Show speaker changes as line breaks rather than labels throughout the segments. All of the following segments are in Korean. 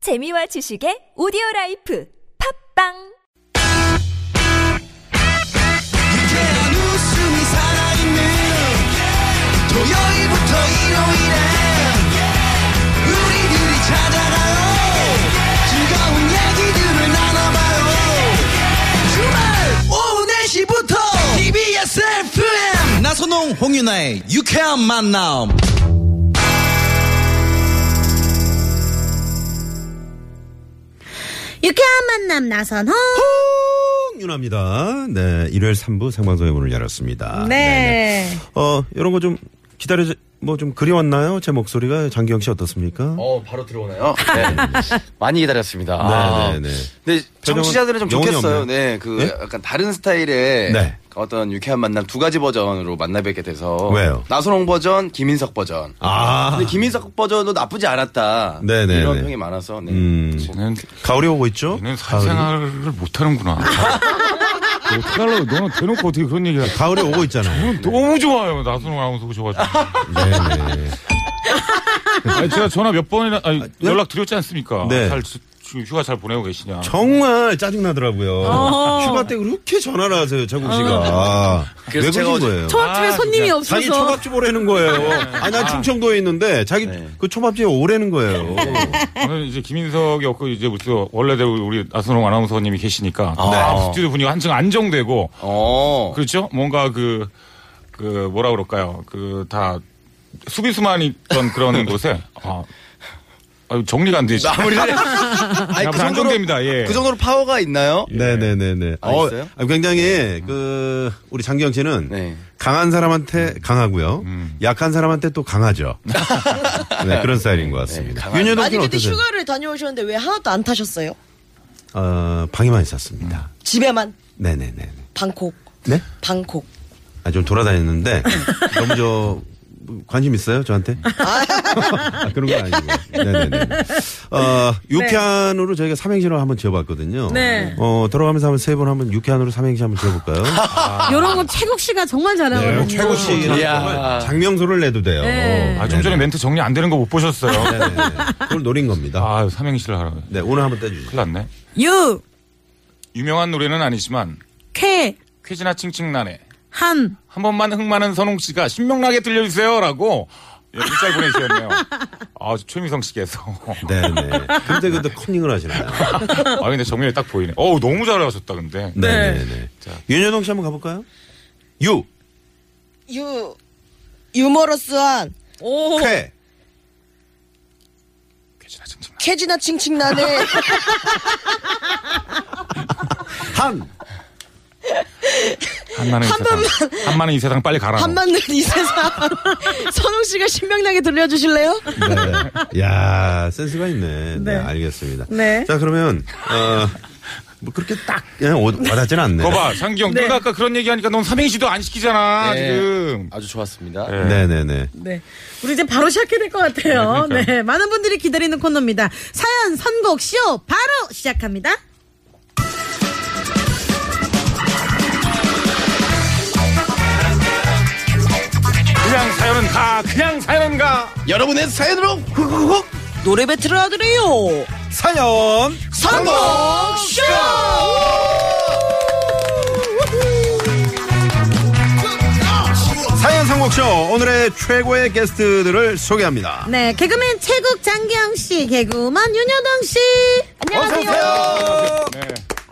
재미와 지식의 오디오 라이프 팝빵
유쾌한 웃음이 살아있는 토요일부터 일요일에 우리들이 찾아가요 즐거운 얘기들을 나눠봐요 주말 오후 4시부터 TBS FM 나선홍 홍윤아의 유쾌한 만남
유쾌한 만남 나선홍.
윤아입니다. 네, 일요일 3부 생방송의 문을 열었습니다.
네.
네네. 어, 이런 거 좀 기다려, 뭐 좀 그리웠나요? 제 목소리가 장기영 씨 어떻습니까?
어, 바로 들어오나요? 네. 많이 기다렸습니다. 아.
네, 네, 네.
근데 청취자들은 좀
영혼이
좋겠어요.
없네요.
네, 그
네?
약간 다른 스타일의
네.
어떤 유쾌한 만남 두 가지 버전으로 만나 뵙게 돼서
왜요?
나선홍 버전, 김인석 버전.
아,
근데 김인석 버전도 나쁘지 않았다.
네, 네,
이런
네.
평이 많아서. 네.
음,
얘는,
가을이 오고 있죠?
얘는 사생활을 못하는구나. 어떡 하려고 너는 대놓고 어떻게 그런 얘기야.
가을이 오고 있잖아요.
네. 너무 좋아요. 나선홍 아나운서 오셔가지고.
네네.
아니, 제가 전화 몇 번이나 아니,
네?
연락 드렸지 않습니까?
네.
잘 지- 지금 휴가 잘 보내고 계시냐.
정말 짜증나더라고요.
어.
휴가 때 그렇게 전화를 하세요, 차국 씨가. 아, 왜
그래서 제가
그러신
어제-
거예요?
초밥집에 손님이 없어서.
자기 초밥집 오래는 거예요. 아니, 난 충청도에 있는데 자기
네.
그 초밥집에 오래는 거예요.
오늘 이제 김인석이 없고 이제 무슨 원래대로 우리 나선홍 아나운서님이 계시니까
아.
스튜디오 분위기가 한층 안정되고
어.
그렇죠? 뭔가 그, 그, 뭐라 그럴까요? 그, 다, 수비수만 있던 그런 곳에, 아, 아유, 정리가 안 되지.
마무리를.
네.
아니,
안 정도입니다, 예.
그 정도로 파워가 있나요?
네네네네.
예. 아, 있어요?
아, 굉장히 그 우리 장기영 씨는
네. 음.
강한 사람한테 강하고요, 약한 사람한테 또 강하죠. 네, 그런 스타일인 것 같습니다.
강한-
윤여동
아니
씨는
근데
어떠세요?
휴가를 다녀오셨는데 왜 하나도 안 타셨어요?
어, 방에만 있었습니다.
음.
집에만
네네네.
방콕
네?
방콕
아, 좀 돌아다녔는데 너무 저 관심 있어요 저한테?
음.
아, 그런 건 아니고. 네네네. 어, 유쾌한으로 저희가 삼행시로 한번 지어봤거든요.
네.
어, 들어가면서 한번 세 번 한번 유쾌한으로 삼행시 한번 지어볼까요?
이런 거 최국 씨가 정말 잘하거든요.
네, 최고 씨는
이야.
정말 장명소를 내도 돼요. 어,
네.
아, 좀 전에 멘트 정리 안 되는 거 못 보셨어요.
그걸 노린 겁니다.
아, 삼행시를 하라. 큰일
네, 오늘 한번 떼주세요.
났네.
유,
유명한 노래는 아니지만,
쾌,
퀴즈나 칭칭나네.
한.
한 번만 흥많은 선홍 씨가 신명나게 들려주세요. 라고 문자 보내주셨네요. 아, 최미성 씨께서.
네, 네. 근데 근데 컨닝을 하시나요?
아, 근데 정면이 딱 보이네. 어우, 너무 잘하셨다, 근데.
네, 네, 네. 윤여동 씨 한번 가볼까요? 유,
유 유머러스한
오.
쾌,
퀴즈나 칭칭나네.
캐지나 칭칭나네
한.
한마는 이 세상. 한마는 이 세상 빨리 가라.
한마늘 이 세상 선홍 씨가 신명나게 들려주실래요?
네. 야 센스가 있네. 네, 알겠습니다.
네.
자, 그러면, 어, 뭐 그렇게 딱, 예, 와- 와닿지는 않네.
거봐, 상기형. 내가 아까 그런 얘기하니까 넌 삼행시도 안 시키잖아,
네.
지금.
아주 좋았습니다.
네, 네, 네.
네. 우리 이제 바로 시작해야 될 것 같아요. 네, 많은 분들이 기다리는 코너입니다. 사연 선곡 쇼 바로 시작합니다.
그냥 사연은 가, 그냥 사연은 가.
여러분의 사연으로 훅훅훅
노래 배틀을 하드래요
사연!
선곡 쇼
사연 선곡쇼 오늘의 최고의 게스트들을 소개합니다.
네, 개그맨 최국 장기영 씨, 개그우먼 윤여동 씨.
어서오세요!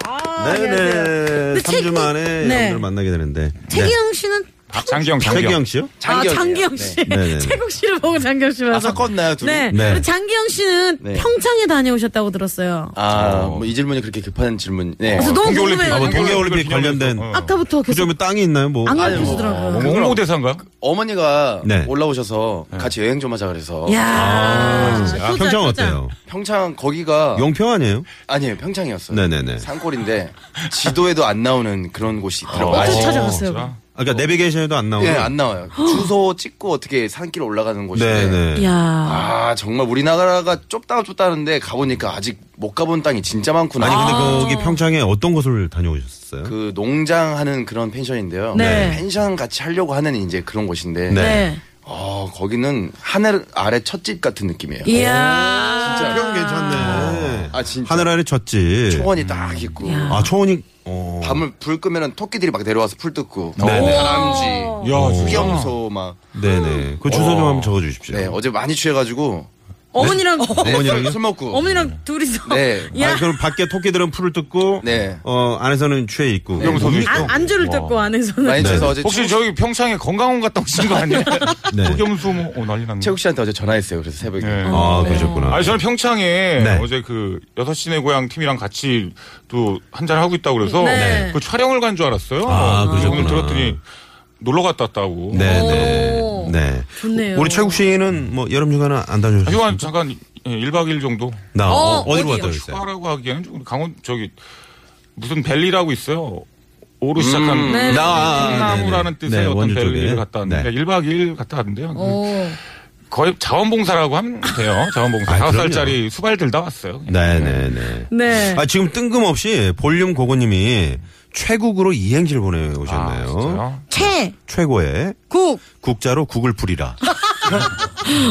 아,
네, 네네.
근데
3주
책이-
만에
네.
여러분을 만나게 되는데.
최기영 씨는
아, 장기영,
최기영 씨요?
아, 장기영 씨.
네네네.
최국 씨를 보고 장기영 씨 봐서.
아, 섞었나요, 둘이?
네.
네.
그리고 장기영 씨는
네.
평창에 다녀오셨다고 들었어요.
아, 뭐 이 질문이 그렇게 급한 질문. 네.
그래서 너무
동계올림픽.
궁금해요.
아, 뭐 동계올림픽
동계올림픽
관련된
관련해서, 어.
아까부터
그
계속
점에 땅이 있나요? 뭐
안
뭐
가르쳐주더라고요.
홍보대사인가요?
어머니가
네.
올라오셔서 같이 여행 좀 하자 그래서
이야.
아,
효자,
평창
효자.
어때요?
평창 거기가
용평 아니에요?
아니에요 평창이었어요.
네네네.
산골인데 지도에도 안 나오는 그런 곳이 있더라고요.
어떻게
아직.
찾아갔어요?
아까 그러니까 내비게이션에도 안 나오고.
예, 안 나와요. 주소 찍고 어떻게 산길 올라가는 곳인데.
네네.
이야.
아 정말 우리나라가 좁다 좁다는데 가보니까 아직 못 가본 땅이 진짜 많구나.
아니 근데 거기 평창에 어떤 곳을 다녀오셨어요?
그 농장하는 그런 펜션인데요.
네.
펜션 같이 하려고 하는 이제 그런 곳인데.
네.
어, 거기는 하늘 아래 첫 집 같은 느낌이에요.
이야.
평 괜찮네.
아, 진짜.
하늘 아래 젖지.
초원이 딱 있고
아, 초원이, 어.
밤을 불 끄면은 토끼들이 막 내려와서 풀 뜯고 어,
네네.
다람쥐,
어.
야,
수염소 막.
네네. 그 주소 좀 한번 적어주십시오.
어. 네 어제 많이 취해가지고
어머니랑
네,
어머니랑요?
술, 술 먹고
어머니랑 둘이서
네.
야
아, 그럼 밖에 토끼들은 풀을 뜯고,
네.
어, 안에서는 취해 있고. 음.
네. 염소도
뭡니까?
있고.
안, 안주를 듣고 안에서는
많이 취해서 어제
혹시
최국-
저기 평창에 건강원 갔다 오신 거 아니에요?
네.
도겸수 뭐 어, 난리 났네.
최국 씨한테 어제 전화했어요. 그래서 새벽에
네.
아, 그러셨구나.
아니 저는 평창에
네.
어제 그 여섯 시내 고향 팀이랑 같이 또 한잔 하고 있다고 그래서
네.
그 촬영을 간 줄 알았어요.
아,
근데
그러셨구나.
오늘 들었더니 놀러 갔다 왔다고. 어,
네네.
오.
네.
좋네요.
우리 최국 씨는 뭐 여름 휴가는 안 다녀오셨어요?
휴가 잠깐 1박 2일 정도
나 어,
어,
어디로
어디요?
갔다 오셨어요?
휴가라고 하기에는 좀 강원 저기 무슨 밸리라고 있어요. 오로 시작한
네.
아,
나무라는
네네.
뜻의
네,
어떤
원주 쪽에.
밸리를 갔다 왔는데
네.
1박 2일 갔다 왔는데요.
오.
거의 자원봉사라고 하면 돼요. 자원봉사.
아,
다섯
그럼요.
살짜리 수발 들다 왔어요. 예. 그냥.
네네네.
네.
아, 지금 뜬금없이 볼륨 고고님이 최국으로 이행시를 보내오셨네요.
아, 진짜요?
최국.
최고의 국자로 국을 부리라.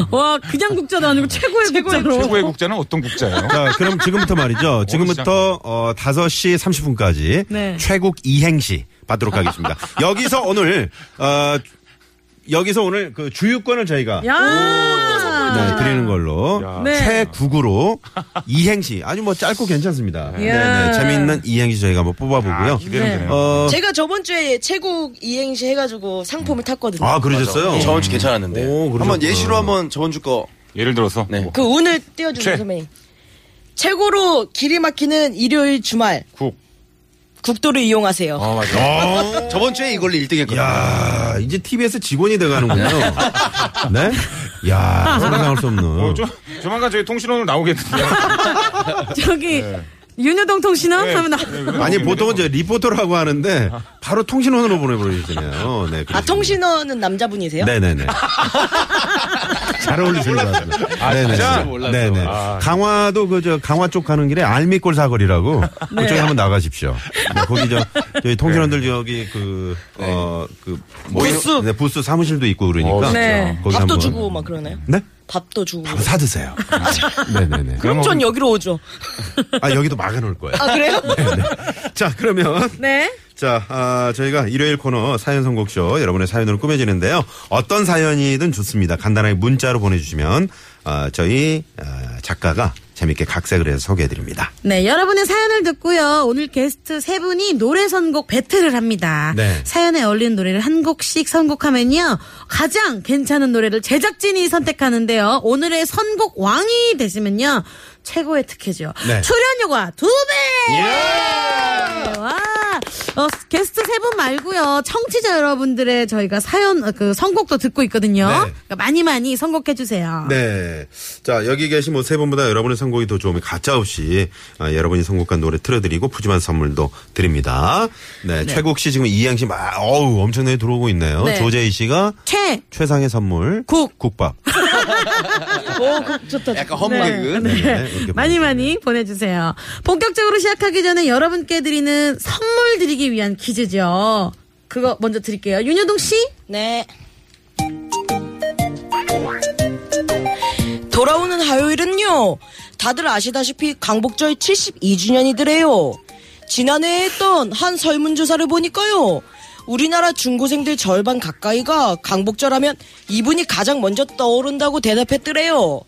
와 그냥 국자도 아니고 최고의, 국자로.
최고의 국자는 어떤 국자예요?
자, 그럼 지금부터 말이죠. 지금부터 어, 5시 30분까지
네.
최국 이행시 받도록 하겠습니다. 여기서 오늘 어, 여기서 오늘 그 주유권을 저희가
야.
네, 드리는 걸로
네.
최국으로 이행시 아주 뭐 짧고 괜찮습니다. 네, 네, 재미있는 이행시 저희가 한번 뽑아보고요.
아, 기대는
네.
되네요.
어,
제가 저번 주에 최국 이행시 해가지고 상품을 탔거든요.
아 그러셨어요?
저번 주 괜찮았는데
오, 그러셨구나.
한번 예시로 한번 저번 주거
예를 들어서
네.
뭐
그 운을 띄워주는
최.
선배님. 최고로 길이 막히는 일요일 주말
국.
국도를 이용하세요.
어,
아 맞아.
저번 주에 이걸로 1등 했거든요.
야 이제 TBS 직원이 돼가는군요. 네? 야 상상할 수 없는.
조, 조만간 저희 통신원으로 나오겠는데요.
저기
네.
윤여동 통신원
네.
하면 나.
아니 보통은 이제 리포터라고 하는데 바로 통신원으로 보내버리시네요. 네.
아 통신원은 남자분이세요?
네네네. 잘 어울리시는 것 같아요.
아,
네네.
진짜
몰랐어.
네네.
아.
강화도 그저 강화 쪽 가는 길에 알미골 사거리라고
네.
그쪽에 한번 나가십시오. 네, 거기 저 저희 통신원들 여기 그 어그
부스.
네, 부스 사무실도 있고 그러니까
어,
네.
거기
밥도
한번.
주고 아, 막 그러나요?
네?
밥도 주고.
한번 사 드세요. 네네네.
그럼 전 여기로 오죠.
아 여기도 막아놓을 거예요. 네,
아 그래요?
자 그러면
네.
자, 아, 저희가 일요일 코너 사연 선곡쇼 여러분의 사연으로 꾸며지는데요. 어떤 사연이든 좋습니다. 간단하게 문자로 보내주시면 아, 저희 아, 작가가 재밌게 각색을 해서 소개해드립니다.
네, 여러분의 사연을 듣고요. 오늘 게스트 세 분이 노래 선곡 배틀을 합니다.
네.
사연에 어울리는 노래를 한 곡씩 선곡하면요. 가장 괜찮은 노래를 제작진이 선택하는데요. 오늘의 선곡 왕이 되시면요. 최고의 특혜죠.
네.
출연료가 두 배!
예!
와! 어, 게스트 세 분 말고요. 청취자 여러분들의 저희가 사연 어, 그 선곡도 듣고 있거든요.
네.
그러니까 많이 많이 선곡해 주세요.
네. 자, 여기 계신 뭐세 분보다 여러분의 선곡이 더 좋으면 가짜없이 아, 여러분이 선곡한 노래 틀어드리고 푸짐한 선물도 드립니다. 네. 최국 씨 지금 이양 씨 막, 어우, 엄청나게 들어오고 있네요.
네.
조재희 씨가
최
최상의 선물.
국.
국밥.
약간 험개그.
네.
네, 이렇게
많이 많이 보내주세요. 본격적으로 시작하기 전에 여러분께 드리는 선물 드리기 위한 퀴즈죠. 그거 먼저 드릴게요. 윤여동 씨?
네. 돌아오는 화요일은요. 다들 아시다시피 강복절 72주년이더래요. 지난해에 했던 한 설문조사를 보니까요. 우리나라 중고생들 절반 가까이가 강복절 하면 이분이 가장 먼저 떠오른다고 대답했더래요.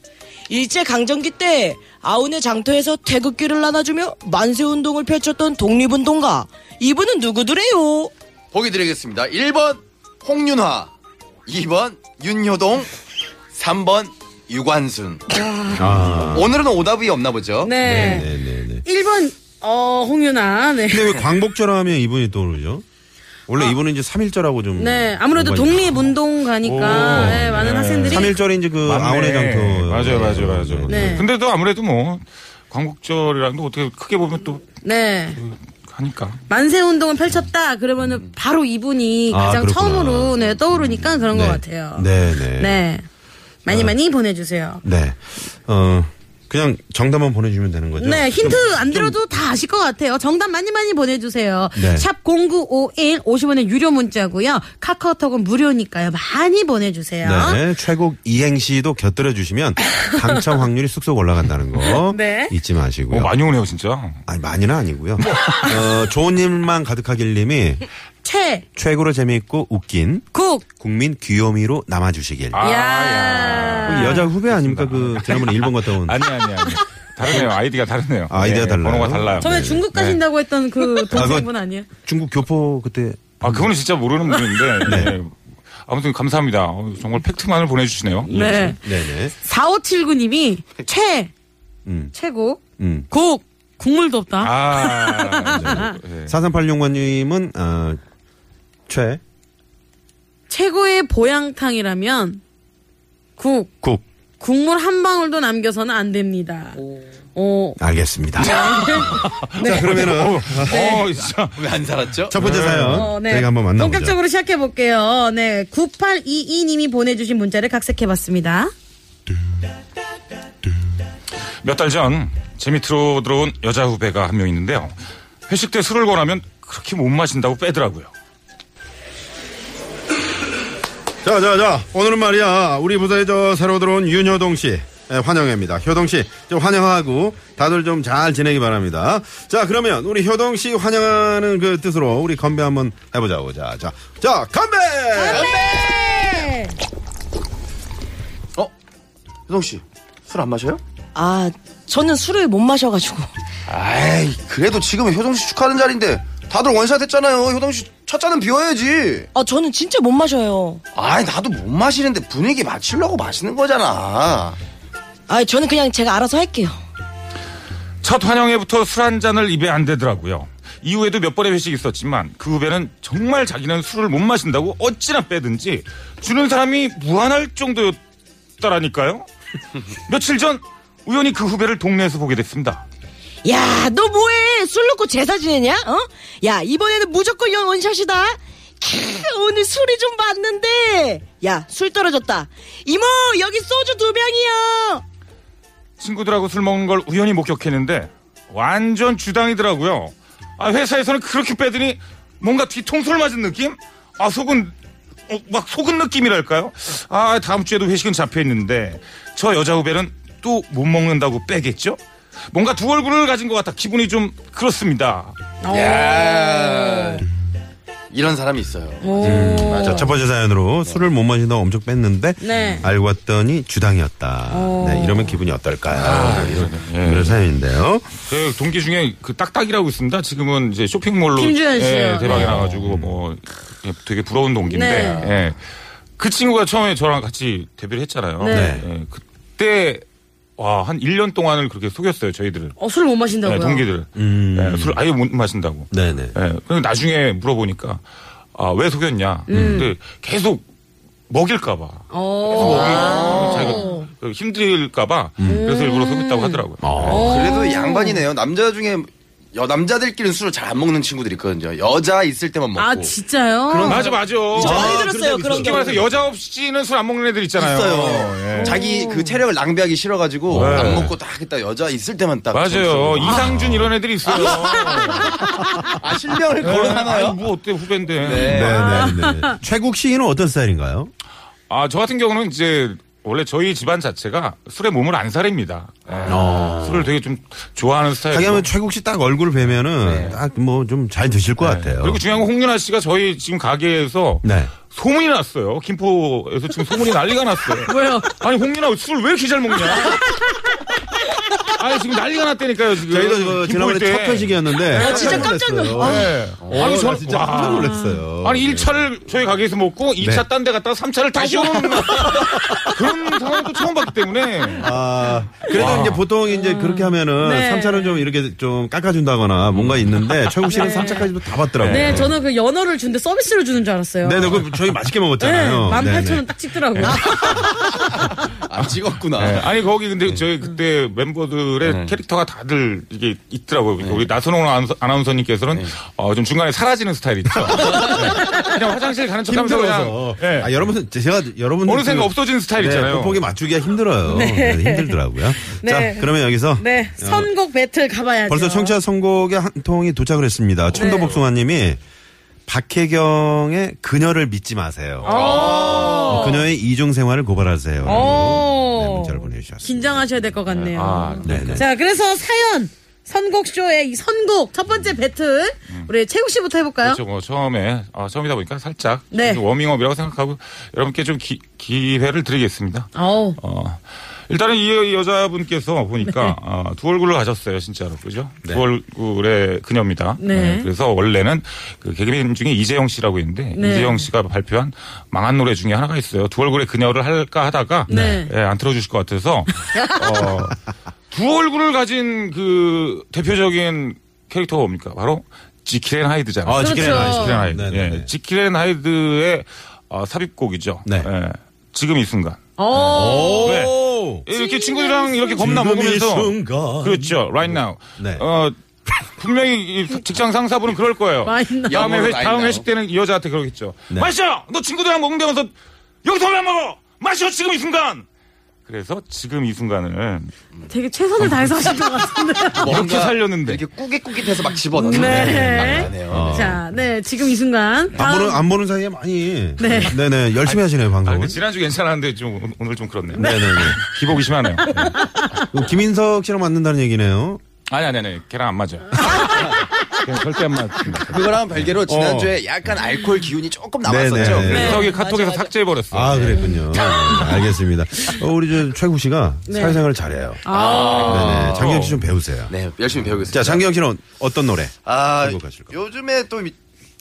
일제강점기 때 아우네 장터에서 태극기를 나눠주며 만세운동을 펼쳤던 독립운동가. 이분은 누구더래요?
보기 드리겠습니다. 1번 홍윤화, 2번 윤효동, 3번 유관순.
아.
오늘은 오답이 없나 보죠?
네.
네네네.
1번, 어, 홍윤아. 네.
근데 왜 광복절 하면 이분이 떠오르죠? 원래 이분은 이제 삼일절하고좀
아. 네. 아무래도 독립운동가니까,
오,
네, 많은
네.
학생들이.
3.1절이 이제 그
맞네.
아우네 장터.
맞아요, 맞아요, 맞아요.
네.
근데 또 아무래도 뭐 광복절이랑도 어떻게 크게 보면 또
네.
하니까.
만세 운동을 펼쳤다 그러면은 바로 이분이
아,
가장
그렇구나.
처음으로 네, 떠오르니까 그런
네.
것 같아요.
네, 네.
네. 많이 많이 보내주세요.
네. 어, 그냥 정답만 보내주면 되는 거죠?
네, 힌트
좀-
안
좀
들어도 다 아실 것 같아요. 정답 많이 많이 보내주세요.
네.
샵 0951, 50원의 유료 문자고요. 카카오톡은 무료니까요. 많이 보내주세요.
네, 최고 이행시도 곁들여 주시면 당첨 확률이 쑥쑥 올라간다는 거
네.
잊지 마시고요.
어, 많이 오네요 진짜.
아니 많이는 아니고요. 어, 좋은 일만 가득하길 님이
최,
최고로 재미있고 웃긴
국.
국민 귀요미로 남아 주시길.
아,
야.
그 여자 후배 아닙니까? 그 지난번에 일본 갔다 온
아니 아니 아니. 다르네요. 아이디가 다르네요.
아이디가 달라요?
번호가 달라요.
저번에
네. 아,
중국 가신다고 했던 그 동생분 아니에요?
중국 교포 그때
아 그거는 진짜 모르는 분인데. 네. 아무튼 감사합니다. 어, 정말 팩트만을 보내주시네요.
네.
네네.
4579님이 최,
음.
최고,
음.
국, 국물도 없다.
아, 네.
4386님은 어, 최
최고의 보양탕이라면 국,
국.
국물 한 방울도 남겨서는 안 됩니다. 어, 오.
알겠습니다. 자,
어,
그러면은
어, 진짜.
왜 안 살았죠?
첫 번째 사연
어, 네.
저희가 한번 만나보죠.
본격적으로 시작해 볼게요. 네. 9822님이 보내주신 문자를 각색해 봤습니다.
몇 달 전 재미 들어 들어온 여자 후배가 한 명 있는데요. 회식 때 술을 권하면 그렇게 못 마신다고 빼더라고요.
자, 자, 자. 오늘은 말이야. 우리 부서에 저 새로 들어온 윤효동 씨. 예, 환영합니다. 효동 씨, 좀 환영하고 다들 좀 잘 지내기 바랍니다. 자, 그러면 우리 효동 씨 환영하는 그 뜻으로 우리 건배 한번 해보자고. 자, 자, 자, 건배!
어? 효동 씨, 술 안 마셔요?
아, 저는 술을 못 마셔가지고.
아이, 그래도 지금은 효동 씨 축하하는 자리인데 다들 원샷 했잖아요. 효동 씨 첫 잔은 비워야지.
아, 저는 진짜 못 마셔요.
아이, 나도 못 마시는데 분위기 맞추려고 마시는 거잖아.
아, 저는 그냥 제가 알아서 할게요.
첫 환영회부터 술 한 잔을 입에 안 대더라고요. 이후에도 몇 번의 회식이 있었지만 그 후배는 정말 자기는 술을 못 마신다고 어찌나 빼든지 주는 사람이 무한할 정도였다라니까요. 며칠 전 우연히 그 후배를 동네에서 보게 됐습니다.
야, 너 뭐해? 술 먹고 제사 지내냐? 어? 야, 이번에는 무조건 영 원샷이다. 캬, 오늘 술이 좀 맞는데. 야, 술 떨어졌다. 이모, 여기 소주 두 병이요.
친구들하고 술 먹는 걸 우연히 목격했는데 완전 주당이더라고요. 아, 회사에서는 그렇게 빼더니 뭔가 뒤통수를 맞은 느낌? 아 속은 어, 막 속은 느낌이랄까요? 아 다음 주에도 회식은 잡혀 있는데 저 여자 후배는 또 못 먹는다고 빼겠죠? 뭔가 두 얼굴을 가진 것 같아 기분이 좀 그렇습니다.
야. 이런 사람이 있어요.
아, 자, 첫 번째 사연으로 술을 못 마신다고 엄청 뺐는데
네.
알고 왔더니 주당이었다. 네, 이러면 기분이 어떨까요? 이런, 이런 사연인데요.
제 동기 중에 그 딱딱이라고 있습니다. 지금은 이제 쇼핑몰로
김주현 씨요.
예, 대박이
네.
나가지고 뭐 예, 되게 부러운 동기인데
네.
예. 그 친구가 처음에 저랑 같이 데뷔를 했잖아요.
네.
예, 그때 와한 1년 동안을 그렇게 속였어요 저희들을
어, 술
네,
못 마신다고요?
예, 동기들을 예, 술 아예 못 마신다고.
네네.
예, 그리고 나중에 물어보니까 아, 왜 속였냐.
음.
근데 계속 먹일까봐.
어.
계속
아.
먹일, 자기가 그 힘들까봐
음.
그래서 일부러 속였다고 하더라고요.
그래도 양반이네요. 남자 중에 여 남자들끼리는 술을 잘 안 먹는 친구들이 있거든요. 여자 있을 때만 먹고.
아, 진짜요?
맞아 맞아.
많이 들었어요, 그런
쉽게
경우.
말해서 여자 없이는 술 안 먹는 애들 있잖아요.
있어요.
예.
자기 그 체력을 낭비하기 싫어가지고
네.
안 먹고 딱 했다 여자 있을 때만 딱.
맞아요.
그렇죠.
점심을.
이상준 이런 애들이 있어요.
아 실명을 거론하나요?
아니, 뭐 어때 후배인데.
네.
네네네. 최국 씨는 어떤 스타일인가요?
아 저 같은 경우는 이제 원래 저희 집안 자체가 술에 몸을 안 사립니다. 예. 술을 되게 좀 좋아하는 스타일.
아. 하기하면 최국 씨 딱 얼굴 뵈면은 딱 뭐 좀 잘 드실 것 같아요.
그리고 중요한 건 홍윤아 씨가 저희 지금 가게에서
네.
소문이 났어요. 김포에서 지금 소문이 난리가 났어요. 왜요? 아니 홍윤아 술 왜 이렇게 잘 먹냐? 아니 지금 난리가 났다니까요 지금.
저희도 그
김포일
지난번에 첫 회식이었는데
진짜 깜짝 놀랐어요.
네.
아니
아니 저
진짜 깜짝 놀랐어요.
아니 1차를 저희 가게에서 먹고 2차
네. 뭐.
딴 데 갔다가 3차를 다시 오는 그런 상황도 처음 봤기 때문에
아, 그래도 이제 보통 이제 그렇게 하면은
네.
삼차는좀 이렇게 좀 깎아준다거나 뭔가 있는데 최국 씨는 삼차까지도다 봤더라고요.
네, 저는 그 연어를 준데 서비스를 주는 줄 알았어요.
네, 네, 그 저희 맛있게
네,
먹었잖아요.
18,000원 딱 찍더라고요.
아 찍었구나.
네.
네. 아니 거기 근데 저희 그때 멤버들 분들의 캐릭터가 다들 이게 있더라고요.
네.
그러니까 우리 나선홍 아나운서- 아나운서님께서는 어, 좀 중간에 사라지는 스타일이죠. 네. 그냥 화장실 가는 척하면서 그냥
힘들어서.
예.
아, 여러분, 제가, 여러분.
어느샌가 없어진 스타일 있잖아요.
폭이 맞추기가 힘들어요. 네, 힘들더라고요.
네.
자, 그러면 여기서.
네,
어,
선곡 배틀 가봐야죠.
벌써 청취자 선곡의 한 통이 도착을 했습니다. 천도복숭아님이 박혜경의 그녀를 믿지 마세요. 어, 그녀의 이중 생활을 고발하세요.
오.
네, 문자를 보내주셨습니다.
어. 긴장하셔야 될 것 같네요.
네, 네.
자, 그래서 사연 선곡쇼의 이 선곡 첫 번째 배틀
음.
우리 최국 씨부터 해볼까요?
그렇죠. 뭐 처음에 아, 처음이다 보니까 살짝
네.
워밍업이라고 생각하고 여러분께 좀 기, 기회를 드리겠습니다.
어우,
어, 일단은 이 여자분께서 보니까
네.
아, 두 얼굴로 가셨어요, 진짜로. 그죠? 두 얼굴의 그녀입니다.
네.
그래서 원래는 그 개그맨 중에 이재영 씨라고 있는데
네.
이재영 씨가 발표한 망한 노래 중에 하나가 있어요. 두 얼굴의 그녀를 할까 하다가
네.
예, 안 틀어주실 것 같아서 어, 두 얼굴을 가진 그 대표적인 캐릭터가 뭡니까? 바로 지킬 앤 하이드잖아요.
아, 지킬 앤
그렇죠.
지킬 앤 하이드.
네, 네, 네.
예, 지킬 앤 하이드의 어, 삽입곡이죠.
네.
예, 지금 이 순간. 네.
어,
왜?
오!
이렇게 친구들이랑 이렇게 겁나
지금 이
먹으면서
순간.
그렇죠 right now
네.
어 분명히 이 직장 상사분은 그럴 거예요
Right now.
다음에 회,
영어로 right
다음
now.
회식 때는 이 여자한테 그러겠죠
네.
마셔 너 친구들이랑 먹는다면서 여기서 왜 안 먹어 마셔 지금 이 순간 그래서 지금 이 순간을
되게 최선을 다해서 하신
어.
것 같은데요.
이렇게 살렸는데
이렇게 꾸깃꾸깃해서 막 집어넣는
네.
네.
어.
요
자, 네, 지금 이 순간.
안 보는,
다음,
안 보는 사이에 많이.
네.
네. 네네. 열심히 하시네요,
아, 근데
방송을.
지난주 괜찮았는데 좀 오늘- 오늘 좀 그렇네요
네네네.
기복이 심하네요 네.
김인석 씨랑 맞는다는 얘기네요.
아니 아니 아니 걔랑 안 맞아요 걔랑 절대 안 맞습니다
그거랑 별개로 지난주에 약간 알코올 기운이 조금 남았었죠.
어. 네, 네.
그래서
민석이 카톡에서 삭제해버렸어요
아, 그랬군요. 네, 알겠습니다. 어, 우리 저 최국 씨가
네.
사회생활을 잘해요.
아.
네네. 장경 씨 좀 배우세요.
네, 열심히 배우겠습니다.
자, 장경 씨는 어떤 노래?
아,
들고 가실 겁니다.
요즘에 또 이-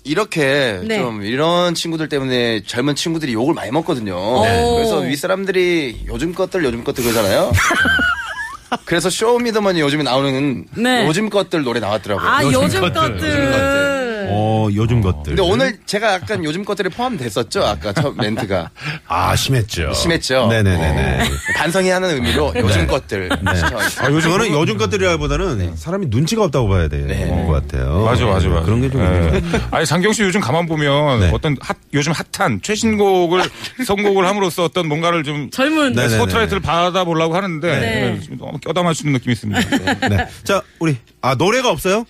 이렇게
네.
좀 이런 친구들 때문에 젊은 친구들이 욕을 많이 먹거든요.
네.
그래서 윗사람들이 요즘 것들 요즘 것들 그러잖아요. 그래서 쇼미더머니 요즘에 나오는
네.
요즘 것들 노래 나왔더라고요.
아, 요즘, 것들. 네.
어, 요즘 것들.
근데 오늘 제가 약간 요즘 것들에 포함됐었죠. 아까 첫 멘트가
아, 심했죠.
심했죠. 어.
네네네네. 네.
반성해야 하는 의미로 요즘 것들 시청하겠습니다.
아, 요즘 거는 요즘 것들이라기보다는 사람이 눈치가 없다고 봐야 돼요. 것 같아요.
맞아, 맞아, 맞아.
그런 게좀
예.
있는 것 같아요.
아니, 장경 씨 요즘 가만 보면
네.
어떤 핫, 요즘 핫한 최신곡을 선곡을 함으로써 어떤 뭔가를 좀
젊은.
네. 네네네.
스포트라이트를 받아보려고 하는데
네.
지금 너무 껴다 맞추는 느낌이 있습니다.
네. 자, 우리 아 노래가 없어요?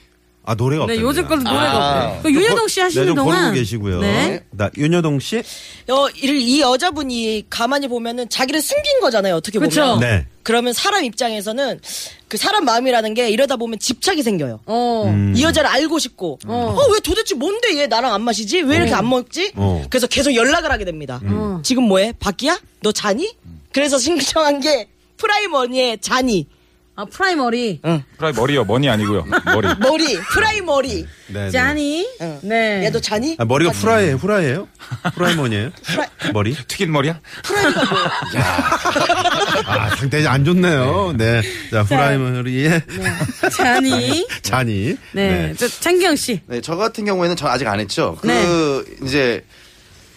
아 노래가
네,
없어요.
요즘 것들 노래가
아.
없대요. 그 윤여동 씨 하시는
네, 좀
동안.
고르고 계시고요.
네.
나 윤여동 씨.
어, 이를- 이 여자분이 가만히 보면은 자기를 숨긴 거잖아요. 어떻게 보면.
그쵸.
네.
그러면 사람 입장에서는 그 사람 마음이라는 게 이러다 보면 집착이 생겨요.
어,
음.
이 여자를 알고 싶고 어 왜 도대체 뭔데 얘 나랑 안 마시지 왜 이렇게 안 먹지
어. 음.
그래서 계속 연락을 하게 됩니다
어.
지금 뭐해 바뀌야 너 자니 그래서 신청한 게 프라이머니의 자니
아, 프라이머리.
네,
프라이 머리요, 머니 아니고요. 머리.
머리 프라이머리
네. 네.
짜니.
응.
네.
얘 너 자니
아, 머리가 후라이에요. 후라이에요? 후라이머니에요? 머리?
튀긴 머리야?
아, 상태 안 좋네요. 네. 자, 후라이머니의
자니.
잔이.
네. 저, 장기영 씨.
네, 저 같은 경우에는 저 아직 안 했죠. 그
네.
이제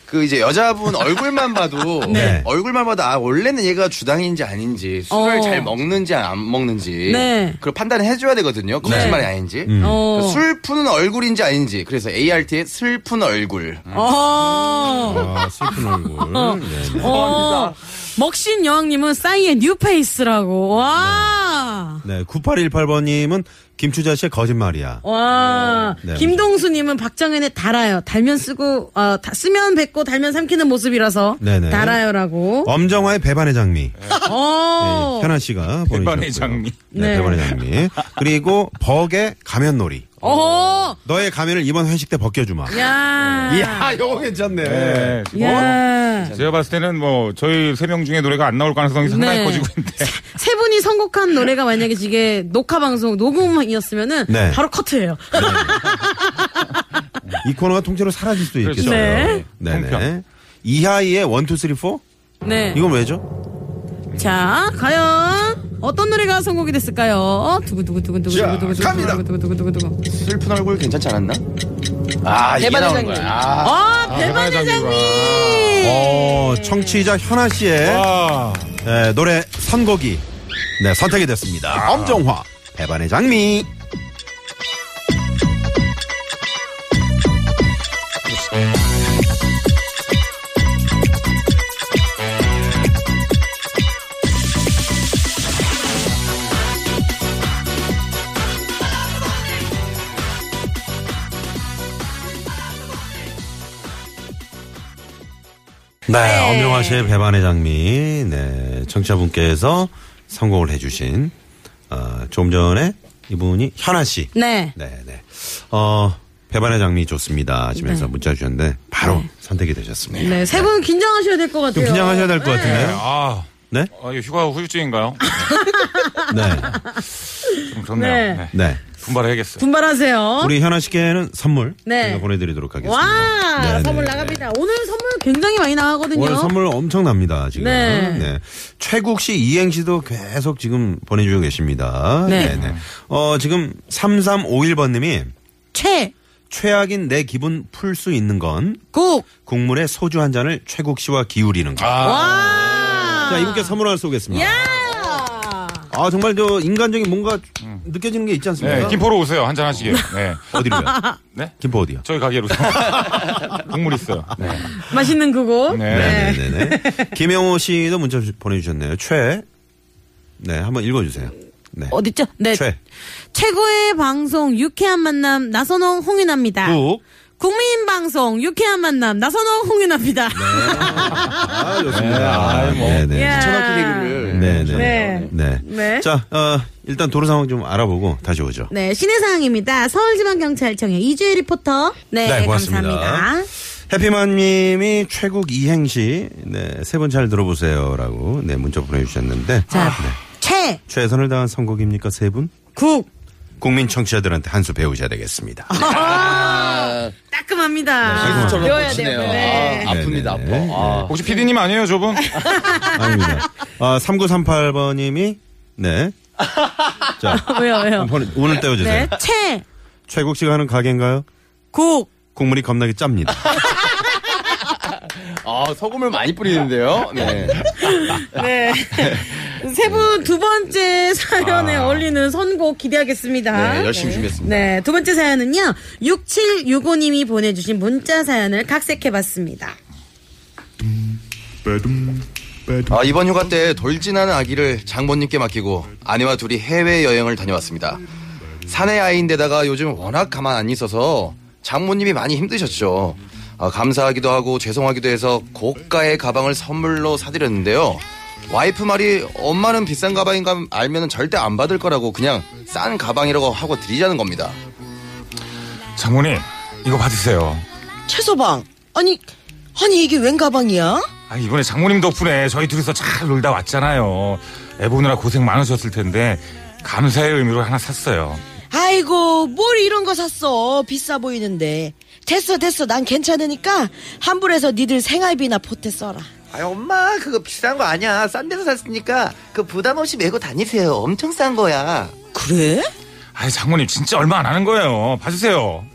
그 이제 여자분 얼굴만 봐도
네.
얼굴만 봐도 아 원래는 얘가 주당인지 아닌지 술을
어.
잘 먹는지 안 먹는지
네.
그걸 판단을 해줘야 되거든요. 거짓말이 아닌지
어.
그 슬픈 얼굴인지 아닌지 그래서 ART의 슬픈 얼굴 아,
어.
아, 슬픈 얼굴. 네, 네.
어. 먹신 여왕님은 싸이의 뉴페이스라고. 와.
네, 9818번님은 김추자 씨의 거짓말이야.
와.
네.
김동수님은 박정현의 달아요. 달면 쓰고, 어, 다- 쓰면 뱉고 달면 삼키는 모습이라서.
네네.
달아요라고.
엄정화의 배반의 장미.
어.
네, 현아 씨가 보내주셨고요.
배반의 장미.
네,
네.
배반의 장미. 그리고 버의 가면놀이.
어.
너의 가면을 이번 회식 때 벗겨주마.
야.
이야, 뭐? 이거 어, 괜찮네.
네.
야.
제가 봤을 때는 뭐 저희 세 명 중에 노래가 안 나올 가능성이 상당히
네.
커지고 있는데
세 분이 선곡한 노래가 만약에 이게 녹화 방송 녹음이었으면은
네.
바로 커트예요.
이 코너가 통째로 사라질 수도
그렇죠.
있겠어요.
네.
네네.
통편.
이하이의 1, 2, 3, 4?
네.
이건 왜죠?
자, 과연 어떤 노래가 선곡이 됐을까요? 어, 두구두구두구두구두구두구 두구두구두구두구두구.
슬픈 얼굴 괜찮지 않았나? 아 이게
대반의
나오는
장미.
거야. 아.
아, 배반의 장미.
네. 어, 청취자 어, 현아 씨의
와.
네, 노래 선곡이 네, 선택이 됐습니다. 엄정화, 배반의 장미. 네, 엄정화 씨의 배반의 장미. 네, 청취자분께서 성공을 해주신, 어, 좀 전에 이분이 현아 씨.
네.
네, 네. 어, 배반의 장미 좋습니다. 하시면서 문자 주셨는데, 바로 선택이 되셨습니다.
네, 세 분 긴장하셔야 될 것
좀
같아요.
긴장하셔야 될 것 같은데요?
아,
네?
아, 이거 휴가 후유증인가요?
네.
좀 그렇네요.
네.
네.
네.
분발해야겠어요.
분발하세요.
우리 현아 씨께는 선물
네.
저희가 보내드리도록 하겠습니다.
와,
네, 네,
선물
네.
나갑니다. 오늘 선물 굉장히 많이 나가거든요.
오늘 선물 엄청납니다, 지금.
네.
네. 최국 씨, 이행 씨도 계속 지금 보내주고 계십니다.
네.
어, 지금 3351번님이
최,
최악인 내 기분 풀 수 있는 건
국.
국물에 소주 한 잔을 최국 씨와 기울이는 거.
아.
와. 예.
자, 이분께 선물 하나 쏘겠습니다.
야!
아, 정말 저 인간적인 뭔가 느껴지는 게 있지 않습니까?
네, 김포로 오세요. 한잔 하시게. 네.
어디로요?
네?
김포 어디요?
저희 가게로. 국물 있어요. 네.
맛있는 그거.
네.
네네네. 김영호 씨도 문자 주- 보내주셨네요. 최. 네, 한번 읽어주세요. 네.
어딨죠? 네.
최.
최고의 방송 유쾌한 만남 나선홍 홍윤아입니다.
국.
국민 방송 유쾌한 만남 나선홍 홍윤아입니다.
아, 좋습니다.
아이, 뭐.
네네.
야.
네네.
예. 네.
네.
네.
자, 어, 일단 도로 상황 좀 알아보고 다시 오죠.
네, 신의 상황입니다. 서울지방경찰청의 이주혜 리포터. 네, 감사합니다.
해피맘 님이 최국 이행시, 네, 세 번 잘 들어보세요. 라고, 네, 문자 보내주셨는데.
자,
네.
최,
최선을 다한 선곡입니까, 세 분?
국.
국민 청취자들한테 한 수 배우셔야 되겠습니다.
아.
네,
네, 따끔합니다.
저런
배워야
거치네요.
돼요.
아, 아픕니다, 아파.
네네.
아.
혹시 PD님 아니에요, 저분?
아닙니다. 아, 3938번님이, 네. 자,
왜요, 왜요?
한번 오늘 떼어주세요.
네, 최,
최국 씨가 하는 가게인가요?
국.
국물이 겁나게 짭니다.
아, 소금을 많이 뿌리는데요. 네.
네. 세 분 두 번째 사연에 어울리는 선곡 기대하겠습니다.
네, 열심히 준비했습니다.
네, 두 번째 사연은요. 6765님이 보내주신 문자 사연을 각색해봤습니다.
아, 이번 휴가 때 돌진하는 아기를 장모님께 맡기고 아내와 둘이 해외여행을 다녀왔습니다. 사내 아이인데다가 요즘 워낙 가만 안 있어서 장모님이 많이 힘드셨죠. 아, 감사하기도 하고 죄송하기도 해서 고가의 가방을 선물로 사드렸는데요. 와이프 말이 엄마는 비싼 가방인 가 알면 절대 안 받을 거라고 그냥 싼 가방이라고 하고 드리자는 겁니다.
장모님, 이거 받으세요.
아, 최서방. 아니, 아니 이게 웬 가방이야?
아, 이번에 장모님 덕분에 저희 둘이서 잘 놀다 왔잖아요. 애 보느라 고생 많으셨을 텐데, 감사의 의미로 하나 샀어요.
아이고, 뭘 이런 거 샀어. 비싸 보이는데. 됐어, 됐어. 난 괜찮으니까 환불해서 니들 생활비나 보태 써라.
아 엄마 그거 비싼 거 아니야 싼 데서 샀으니까 그 부담 없이 메고 다니세요 엄청 싼 거야
그래?
아, 장모님 진짜 얼마 안 하는 거예요. 봐주세요.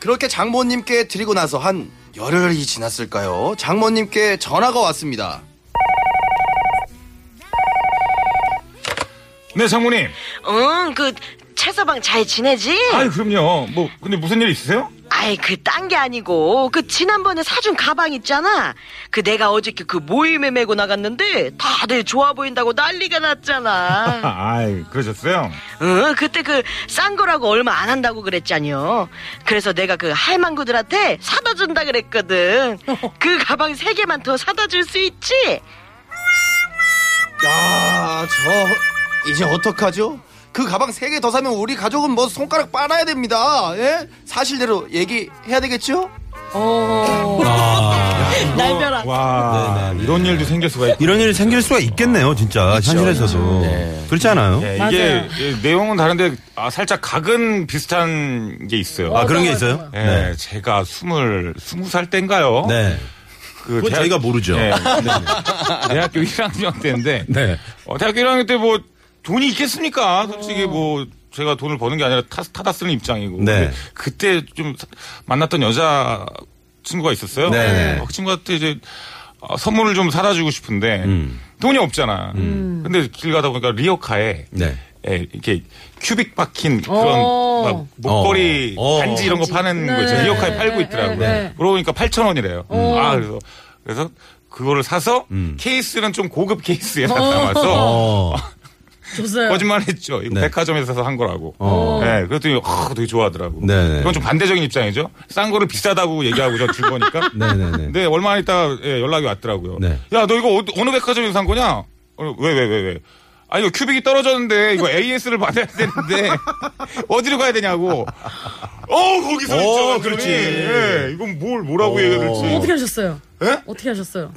그렇게 장모님께 드리고 나서 한 열흘이 지났을까요? 장모님께 전화가 왔습니다.
네, 장모님.
응, 그 최서방 잘 지내지?
아이, 그럼요. 뭐, 근데 무슨 일 있으세요?
아이, 그 딴 게 아니고 그 지난번에 사준 가방 있잖아. 그 내가 어저께 그 모임에 메고 나갔는데 다들 좋아 보인다고 난리가 났잖아.
아이, 그러셨어요?
응, 그때 그 싼 거라고 얼마 안 한다고 그랬잖여. 그래서 내가 그 할망구들한테 사다 준다 그랬거든. 그 가방 세 개만 더 사다 줄 수 있지?
야, 저 이제 어떡하죠? 그 가방 세 개 더 사면 우리 가족은 뭐 손가락 빨아야 됩니다. 예? 사실대로 얘기해야 되겠죠?
날벼락.
와,
네네네.
이런 일도 생길 수가 있고.
이런 일이 생길 수가 있겠네요, 진짜. 현실에서도. 그렇지 않아요?
예,
맞아요.
이게 예, 내용은 다른데 아, 살짝 각은 비슷한 게 있어요.
아, 그런 게 있어요?
예,
네.
제가 스물 스무 살 때인가요?
네.
그
그건 저희가 모르죠.
예, 대학교 1학년 때인데
네.
어, 대학교 1학년 때 뭐 돈이 있겠습니까? 솔직히 뭐 제가 돈을 버는 게 아니라 타, 타다 쓰는 입장이고.
네.
근데 그때 좀 사- 만났던 여자 친구가 있었어요.
네.
어, 그 친구한테 이제 어, 선물을 좀 사다 주고 싶은데
음.
돈이 없잖아. 근데 길 가다 보니까 리어카에
네.
예, 이렇게 큐빅 박힌 그런
어.
막 목걸이
어.
반지 이런 거 파는
네.
거 있어요. 리어카에 팔고 있더라고요.
네, 음. 네.
그러고 보니까 8,000원이래요. 아, 그래서 그래서 그거를 사서 케이스는 좀 고급 케이스에 다 담아서
어.
줬어요.
거짓말 했죠. 이거
네.
백화점에서 사서 한 거라고.
어.
네, 그랬더니 아, 되게 좋아하더라고.
네네.
이건 좀 반대적인 입장이죠. 싼 거를 비싸다고 얘기하고 저 줄 거니까.
네네네.
근데 얼마 안 있다 예, 연락이 왔더라고요.
네.
야, 너 이거 어, 느 백화점에서 산 거냐? 어, 왜, 왜, 왜, 왜? 아, 이거 큐빅이 떨어졌는데, 이거 AS를 받아야 되는데, 어디로 가야 되냐고. 어, 거기서
어,
있죠.
그렇지.
예, 이건 뭘, 뭐라고 얘기해야 될지.
어떻게 하셨어요?
예?
어떻게 하셨어요?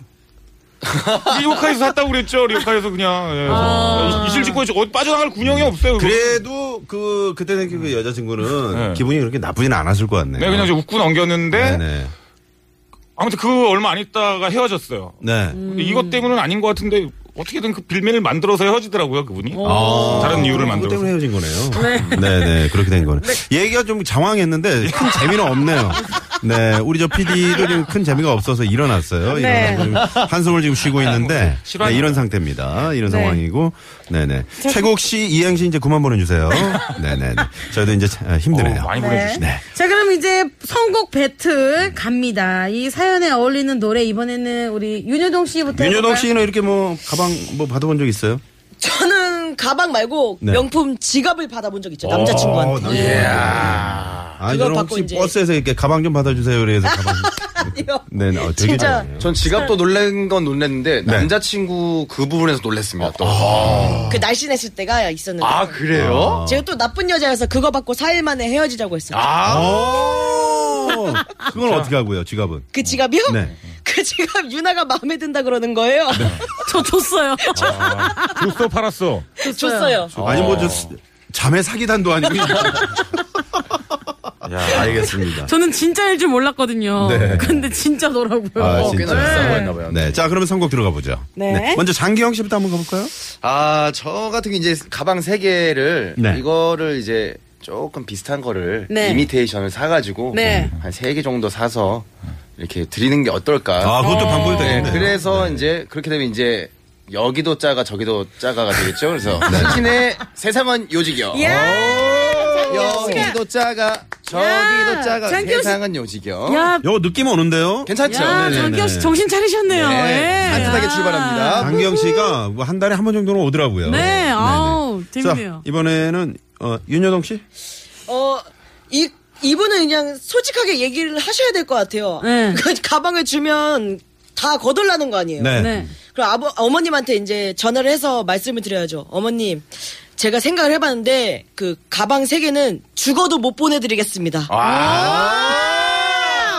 리오카에서 샀다고 그랬죠. 리오카에서 그냥. 예. 이- 이실 짓고 어디 빠져나갈 군형이 없어요. 그거.
아. 그래도 그 그때 생긴 그 여자친구는
네.
기분이 그렇게 나쁘진 않았을 것 같네요.
네, 그냥 이제 웃고 넘겼는데,
네네.
아무튼 그 얼마 안 있다가 헤어졌어요.
네.
근데
음.
이것 때문은 아닌 것 같은데, 어떻게든 그 빌미를 만들어서 헤어지더라고요, 그분이.
아,
다른 이유를
그거
만들어서.
때문에 헤어진 거네요. 네, 네, 그렇게 된 거네. 얘기가 좀 장황했는데 큰 재미는 없네요. 네, 우리 저 PD도 지금 큰 재미가 없어서 일어났어요. 일어나고 지금 한숨을 지금 쉬고
아,
있는데 네, 이런 상태입니다. 이런 상황이고, 네, 네. 최국 씨 이행시 이제 그만 보내주세요. 네, 네. 네. 저희도 이제 참, 아, 힘드네요.
어, 많이 보내주시네.
네.
자, 그럼 이제 선곡 배틀 갑니다. 이 사연에 어울리는 노래 이번에는 우리 윤여동 씨부터.
네. 윤여동
해볼까요?
씨는 이렇게 뭐 가방 뭐 받아본 적 있어요?
저는 가방 말고
네.
명품 지갑을 받아본 적 있죠. 남자친구한테.
어, 아,
그걸
저는
받고
혹시
이제-
버스에서 이렇게 가방 좀 받아주세요. 그래서 가방.
아니요.
네, 네. 어, 되게
진짜.
잘하네요.
전 지갑도 놀란 건 놀랐는데
네.
남자친구 그 부분에서 놀랐습니다. 또.
그 날씬했을 때가 있었는데.
아 그래요?
제가 또 나쁜 여자여서 그거 받고 4일 만에 헤어지자고 했어요.
아.
아,
오! 그건 어떻게 하고요, 지갑은?
그 지갑이요?
네.
그 지갑 유나가 마음에 든다 그러는 거예요.
저 줬어요.
아. 줬어, 팔았어.
네.
줬어요.
아니, 뭐, 저, 스- 자매 사기단도 아니고. 야, 알겠습니다.
저는 진짜일 줄 몰랐거든요.
네.
근데 진짜더라고요.
아,
어, 꽤나 비싼
진짜.
거였나 봐요.
네, 자, 그러면 선곡 들어가 보죠.
네.
먼저 장기영 씨부터 한번 가볼까요?
아, 저 같은 경우 이제 가방 세 개를
네.
이거를 이제 조금 비슷한 거를
네.
이미테이션을 사가지고
네.
한 세 개 정도 사서 이렇게 드리는 게 어떨까?
아, 그것도 방법이
네,
되겠네요.
그래서 이제 그렇게 되면 이제 여기도 짜가 저기도 짜가가 되겠죠. 그래서
네.
신신의 세상은 요지경. 여기도 짜가 저기도
야,
짜가
장기영 씨.
세상은 요지경.
야,
요 느낌 오는데요?
괜찮죠?
네,
야, 장기영 씨 정신 차리셨네요.
네,
예. 아,
산뜻하게 출발합니다.
장기영 씨가 뭐 한 달에 한 번 정도는 오더라고요.
네,
네네.
아우, 재밌네요.
자, 이번에는, 어, 윤여동 씨?
어, 이, 이분은 그냥 솔직하게 얘기를 하셔야 될 것 같아요.
네.
그 가방을 주면 다 거덜나는 거 아니에요.
네.
네.
그럼 아버, 어머님한테 이제 전화를 해서 말씀을 드려야죠. 어머님, 제가 생각을 해봤는데 그 가방 세 개는 죽어도 못 보내드리겠습니다.
아.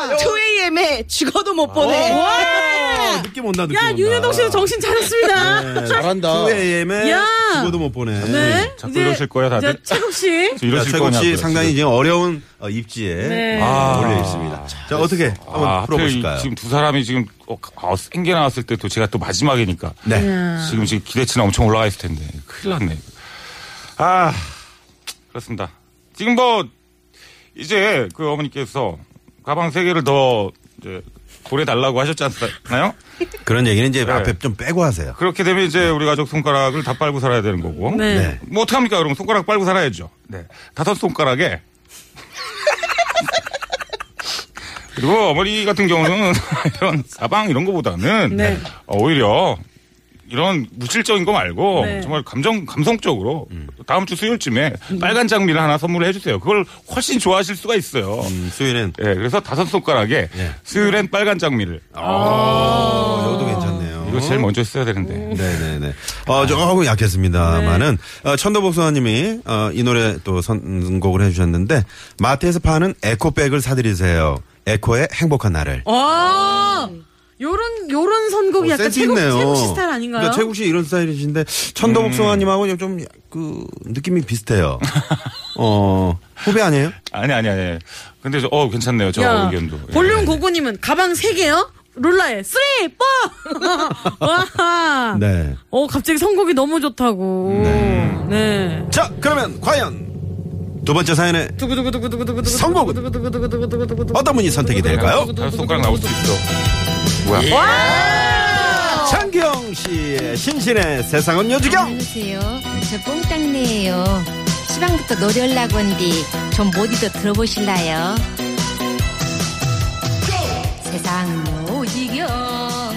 아~ 2AM에 죽어도 못 보내. 네.
어, 느낌 온다, 느낌
아. 야,
온다. 네.
윤여동 씨도 정신 차렸습니다.
잘한다.
2AM에
야.
죽어도 못 보내.
네.
자꾸
이제-
이러실 거예요, 다들?
이제 최국 씨.
저 이러실
최국
거냐고요,
씨 상당히 지금 어려운 어, 입지에
네.
아.
올려 있습니다. 자 어떻게 한번
아, 하필
풀어보실까요?
이- 지금 두 사람이 지금 어, 어, 생게 나왔을 때 또 제가 또 마지막이니까
네.
지금 지금 기대치는 엄청 올라가 있을 텐데 큰일 났네. 이거. 아 그렇습니다. 지금 뭐 이제 그 어머니께서 가방 세 개를 더 이제 보내 달라고 하셨지 않나요?
그런 얘기는 이제
네.
앞에 좀 빼고 하세요.
그렇게 되면 이제 우리 가족 손가락을 다 빨고 살아야 되는 거고.
네.
네.
뭐 어떡합니까? 그럼 손가락 빨고 살아야죠. 네. 다섯 손가락에. 그리고 어머니 같은 경우는 이런 가방 이런 거보다는
네.
어, 오히려 이런 무실적인 거 말고
네.
정말 감정 감성적으로 다음 주 수요일쯤에 빨간 장미를 하나 선물해 주세요. 그걸 훨씬 좋아하실 수가 있어요.
음, 수위는
예, 그래서 다섯 손가락에
예.
수요일엔 빨간 장미를
아.
어, 저도 아, 괜찮네요.
이거 제일 먼저 써야 되는데.
음. 네네네. 어, 조금 약했습니다만은,
네.
어, 천도복 소원님이, 어, 이 노래 또 선곡을 해주셨는데, 마트에서 파는 에코백을 사드리세요. 에코의 행복한 나를.
와, 어, 요런, 요런 선곡이
어,
약간
센스
최국,
있네요.
최국 씨 스타일 아닌가요?
그러니까 최국 씨 이런 스타일이신데 천도복 성아님하고 좀 그 느낌이 비슷해요. 어 후배 아니에요?
아니 아니 아니. 근데 저 어 괜찮네요. 저
야,
의견도. 예.
볼륨 고고님은 가방 3개요? 롤라에 3, 4! 와!
네.
어, 갑자기 선곡이 너무 좋다고. 네.
자 그러면 과연 두 번째 사연에
두구두구두구두구두구두구.
선곡은?
네,
두구두구두구두구두구두구두구.
어떤 분이 선택이 될까요?
다섯 손가락 나올 수 있어.
뭐야?
와!
장기영 씨의 신신의 세상은 요주경.
안녕하세요. 저 뽕땅내예요. 시방부터 노래하려고 한디 좀 모디도 들어보실라요? 세상은 요지경